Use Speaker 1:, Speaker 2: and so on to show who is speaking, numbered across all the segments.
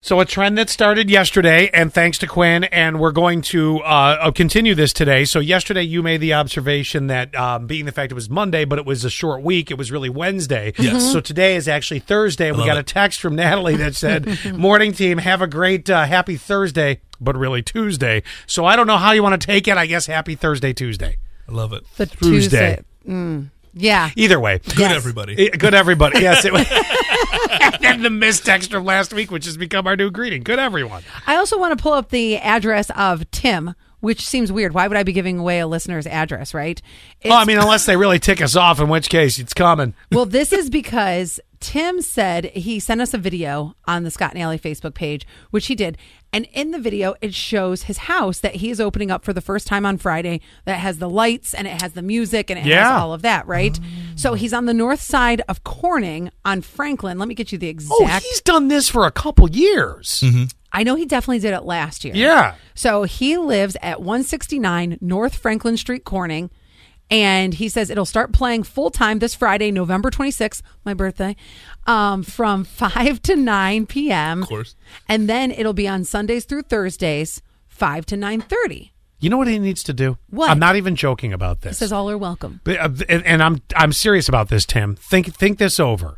Speaker 1: So a trend that started yesterday, and thanks to Quinn, and we're going to uh, continue this today. So yesterday, you made the observation that um, being the fact it was Monday, but it was a short week, it was really Wednesday.
Speaker 2: Yes. Mm-hmm.
Speaker 1: So today is actually Thursday. We
Speaker 2: love
Speaker 1: got
Speaker 2: it.
Speaker 1: a text from Natalie that said, "Morning team, have a great uh, happy Thursday, but really Tuesday." So I don't know how you want to take it. I guess happy Thursday, Tuesday.
Speaker 2: I love it.
Speaker 3: The
Speaker 1: Tuesday.
Speaker 3: Tuesday. Mm. Yeah.
Speaker 1: Either way,
Speaker 2: Good everybody.
Speaker 1: Eh, Good everybody. Yes. It was- and then the missed text from last week, which has become our new greeting. Good everyone.
Speaker 3: I also want to pull up the address of Tim, which seems weird. Why would I be giving away a listener's address, right?
Speaker 1: Oh, I mean, unless they really tick us off, in which case it's coming.
Speaker 3: well, this is because Tim said he sent us a video on the Scott and Alley Facebook page, which he did. And in the video, it shows his house that he is opening up for the first time on Friday that has the lights and it has the music and it has
Speaker 1: Yeah.
Speaker 3: all of that, right? So he's on the north side of Corning on Franklin. Let me get you the exact.
Speaker 1: Oh, he's done this for a couple years.
Speaker 3: I know he definitely did it last year.
Speaker 1: Yeah.
Speaker 3: So he lives at 169 North Franklin Street, Corning. And he says it'll start playing full time this Friday, November 26th, my birthday, um, from 5 to 9 p.m. Of
Speaker 2: course.
Speaker 3: And then it'll be on Sundays through Thursdays, 5 to 9.30.
Speaker 1: You know what he needs to do?
Speaker 3: What?
Speaker 1: I'm not even joking about this.
Speaker 3: Says all are welcome.
Speaker 1: But, uh, and, and I'm I'm serious about this, Tim. Think think this over,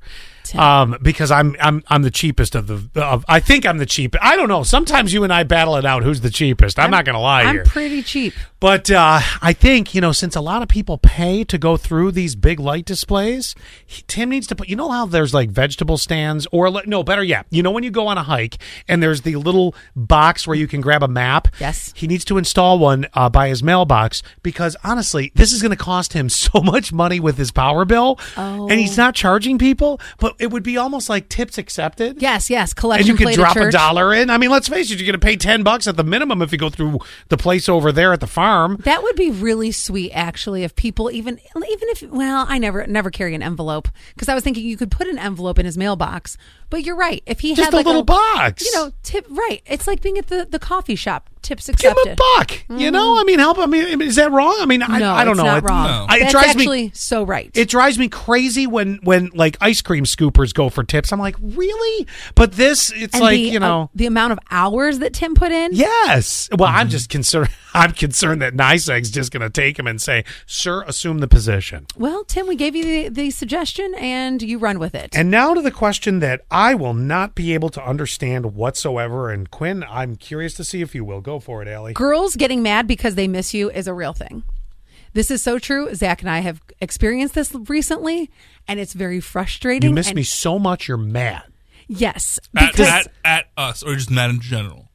Speaker 1: um, because I'm I'm I'm the cheapest of the. Of, I think I'm the cheapest. I don't know. Sometimes you and I battle it out. Who's the cheapest? I'm, not going to lie
Speaker 3: I'm
Speaker 1: here.
Speaker 3: pretty cheap.
Speaker 1: But uh, I think you know, since a lot of people pay to go through these big light displays, he, Tim needs to put. You know how there's like vegetable stands, or li- no, better yet, you know when you go on a hike and there's the little box where you can grab a map.
Speaker 3: Yes.
Speaker 1: he needs to install one uh, by his mailbox because honestly, this is going to cost him so much money with his power bill,
Speaker 3: Oh.
Speaker 1: and he's not charging people. But it would be almost like tips accepted.
Speaker 3: Yes, yes.
Speaker 1: And
Speaker 3: Collection
Speaker 1: you could
Speaker 3: plate
Speaker 1: drop
Speaker 3: at church.
Speaker 1: a dollar in. I mean, let's face it, you're going to pay 10 bucks at the minimum if you go through the place over there at the farm.
Speaker 3: That would be really sweet, actually, if people even even if well, I never never carry an envelope because I was thinking you could put an envelope in his mailbox. But you're right. If he
Speaker 1: Just
Speaker 3: had
Speaker 1: a
Speaker 3: like
Speaker 1: little box.
Speaker 3: you know, tip right. It's like being at the the coffee shop. Tips
Speaker 1: Give
Speaker 3: accepted. Mm-hmm.
Speaker 1: him a buck. You know, I mean, help. I mean, is that wrong? I mean, I,
Speaker 3: no,
Speaker 1: I don't
Speaker 3: it's
Speaker 1: know. it,
Speaker 3: Not wrong.
Speaker 2: No.
Speaker 1: I- it
Speaker 3: That's
Speaker 1: drives
Speaker 3: actually
Speaker 1: me.
Speaker 3: so right.
Speaker 1: It drives me crazy when when like ice cream scoopers go for tips. I'm like, really? But this, it's
Speaker 3: And
Speaker 1: like
Speaker 3: the,
Speaker 1: you
Speaker 3: uh, Mm-hmm.
Speaker 1: know.
Speaker 3: the amount of hours that Tim put in.
Speaker 1: Yes. Well, I'm just concerned. I'm concerned that NYSEG's just going to take him and say, "Sir, assume the position."
Speaker 3: Well, Tim, we gave you the, the suggestion, and you run with it.
Speaker 1: And now to the question that I will not be able to understand whatsoever. And Quinn, I'm curious to see if you will. Go for it, Allie.
Speaker 3: girls getting mad because they miss you is a real thing. This is so true. Zach and I have experienced this recently, and it's very frustrating.
Speaker 1: You miss
Speaker 3: and-
Speaker 1: me so much, you're mad.
Speaker 3: Yes,
Speaker 2: At,
Speaker 3: because
Speaker 2: at, at us, or just mad in general.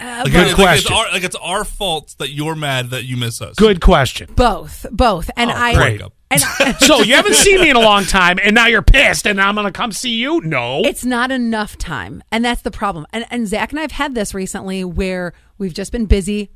Speaker 2: like,
Speaker 1: Good
Speaker 2: it's,
Speaker 1: Uh, question.
Speaker 2: Like it's, our, like it's our fault that you're mad that you miss us.
Speaker 1: Good question.
Speaker 3: both, both, and
Speaker 2: Oh,
Speaker 3: I
Speaker 2: break up.
Speaker 3: and I,
Speaker 1: So you haven't seen me in a long time, and now you're pissed, and I'm gonna come see you? No.
Speaker 3: it's not enough time, and that's the problem. And and Zach and I've had this recently where we've just been busy.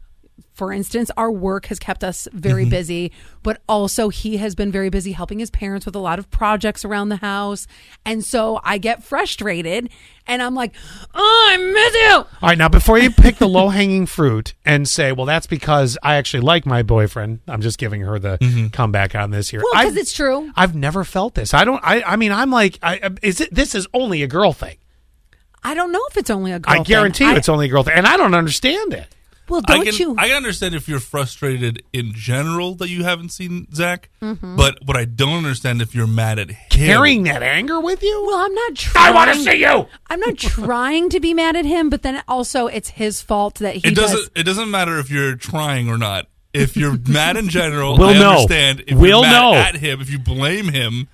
Speaker 3: For instance, our work has kept us
Speaker 1: Mm-hmm.
Speaker 3: very busy, but also he has been very busy helping his parents with a lot of projects around the house, and so I get frustrated, and I'm like, "Oh, I miss you."
Speaker 1: All right, now before you pick the low hanging fruit and say, "Well, that's because I actually like my boyfriend," I'm just giving her the comeback on this here.
Speaker 3: Well, 'cause
Speaker 1: I've-
Speaker 3: it's true.
Speaker 1: I've never felt this. I don't. I. I mean, I'm like, I, is it? This is only a girl thing.
Speaker 3: I don't know if it's only a girl.
Speaker 1: I guarantee
Speaker 3: thing.
Speaker 1: you,
Speaker 3: I-
Speaker 1: it's only a girl thing, and I don't understand it.
Speaker 3: Well,
Speaker 2: I
Speaker 3: don't
Speaker 2: can,
Speaker 3: you?
Speaker 2: I can understand if you're frustrated in general that you haven't seen Zach,
Speaker 1: Mm-hmm.
Speaker 2: but what I don't understand if you're mad at him.
Speaker 1: Carrying that anger with you.
Speaker 3: well, I'm not trying.
Speaker 1: I want to see you.
Speaker 3: I'm not trying to be mad at him, but then also it's his fault that he
Speaker 2: it doesn't.
Speaker 3: does.
Speaker 2: It doesn't matter if you're trying or not. If you're mad in general,
Speaker 1: We'll
Speaker 2: I
Speaker 1: know.
Speaker 2: understand. If
Speaker 1: We'll
Speaker 2: you're mad
Speaker 1: know.
Speaker 2: at him, if you blame him,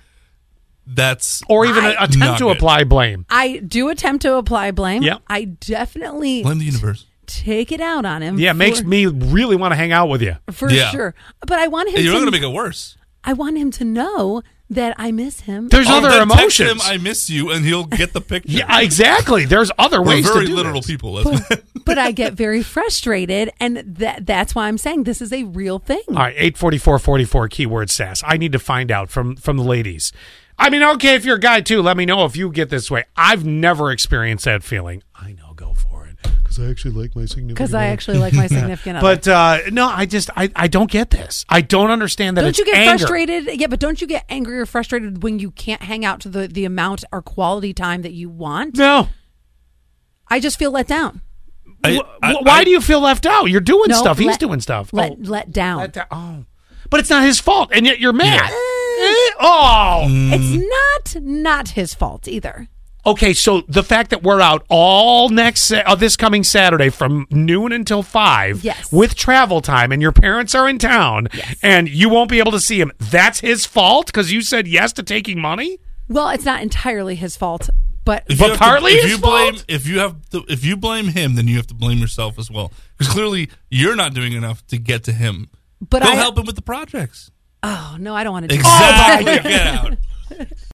Speaker 2: that's
Speaker 1: Or even attempt
Speaker 2: Not
Speaker 1: to
Speaker 2: good.
Speaker 1: apply blame.
Speaker 3: I do attempt to apply blame.
Speaker 1: Yep.
Speaker 3: I definitely
Speaker 2: blame the universe.
Speaker 3: take it out on him.
Speaker 1: Yeah, it
Speaker 3: for,
Speaker 1: makes me really want to hang out with you.
Speaker 3: for
Speaker 2: Yeah.
Speaker 3: sure. But I want him.
Speaker 2: You're not
Speaker 3: to,
Speaker 2: going to make it worse.
Speaker 3: I want him to know that I miss him.
Speaker 1: There's
Speaker 2: Oh,
Speaker 1: other
Speaker 2: then text
Speaker 1: emotions.
Speaker 2: him, I miss you, and he'll get the picture.
Speaker 1: yeah, exactly. There's other
Speaker 2: We're
Speaker 1: ways
Speaker 2: very
Speaker 1: to do
Speaker 2: literal
Speaker 1: this.
Speaker 2: people. That's why.
Speaker 3: but I get very frustrated, and that that's why I'm saying this is a real thing.
Speaker 1: All right, 84444 keyword sass. I need to find out from from the ladies. I mean, okay, if you're a guy too, let me know if you get this way. I've never experienced that feeling. I know, go for it.
Speaker 4: Because I actually like my significant
Speaker 3: Because I
Speaker 4: other.
Speaker 3: actually like my significant other.
Speaker 1: But uh no, I just I, I don't get this. I don't understand that
Speaker 3: Don't
Speaker 1: it's
Speaker 3: you get
Speaker 1: anger.
Speaker 3: frustrated? Yeah, but don't you get angry or frustrated when you can't hang out to the, the amount or quality time that you want?
Speaker 1: No.
Speaker 3: I just feel let down.
Speaker 2: I-
Speaker 1: Wh-
Speaker 2: I-
Speaker 1: why
Speaker 2: I-
Speaker 1: do you feel left out? You're doing
Speaker 3: No,
Speaker 1: stuff. He's
Speaker 3: let-
Speaker 1: doing stuff.
Speaker 3: Let
Speaker 1: oh,
Speaker 3: let down.
Speaker 1: let that- oh. but it's not his fault, and yet you're mad. Eh, Oh,
Speaker 3: it's not not his fault either.
Speaker 1: okay. So the fact that we're out all next Sa- uh, this coming Saturday from noon until five,
Speaker 3: Yes.
Speaker 1: with travel time, and your parents are in town, and you won't be able to see him. That's his fault because you said yes to taking money.
Speaker 3: Well, it's not entirely his fault, but
Speaker 2: If
Speaker 1: But
Speaker 2: you have to-
Speaker 1: partly
Speaker 2: if
Speaker 1: his
Speaker 2: you blame,
Speaker 1: fault.
Speaker 2: if you have, to, if you blame him, then you have to blame yourself as well. Because clearly, you're not doing enough to get to him.
Speaker 3: But
Speaker 2: Go
Speaker 3: I-
Speaker 2: help him with the projects.
Speaker 3: oh no, I don't want to do that.
Speaker 2: Exactly. Get out.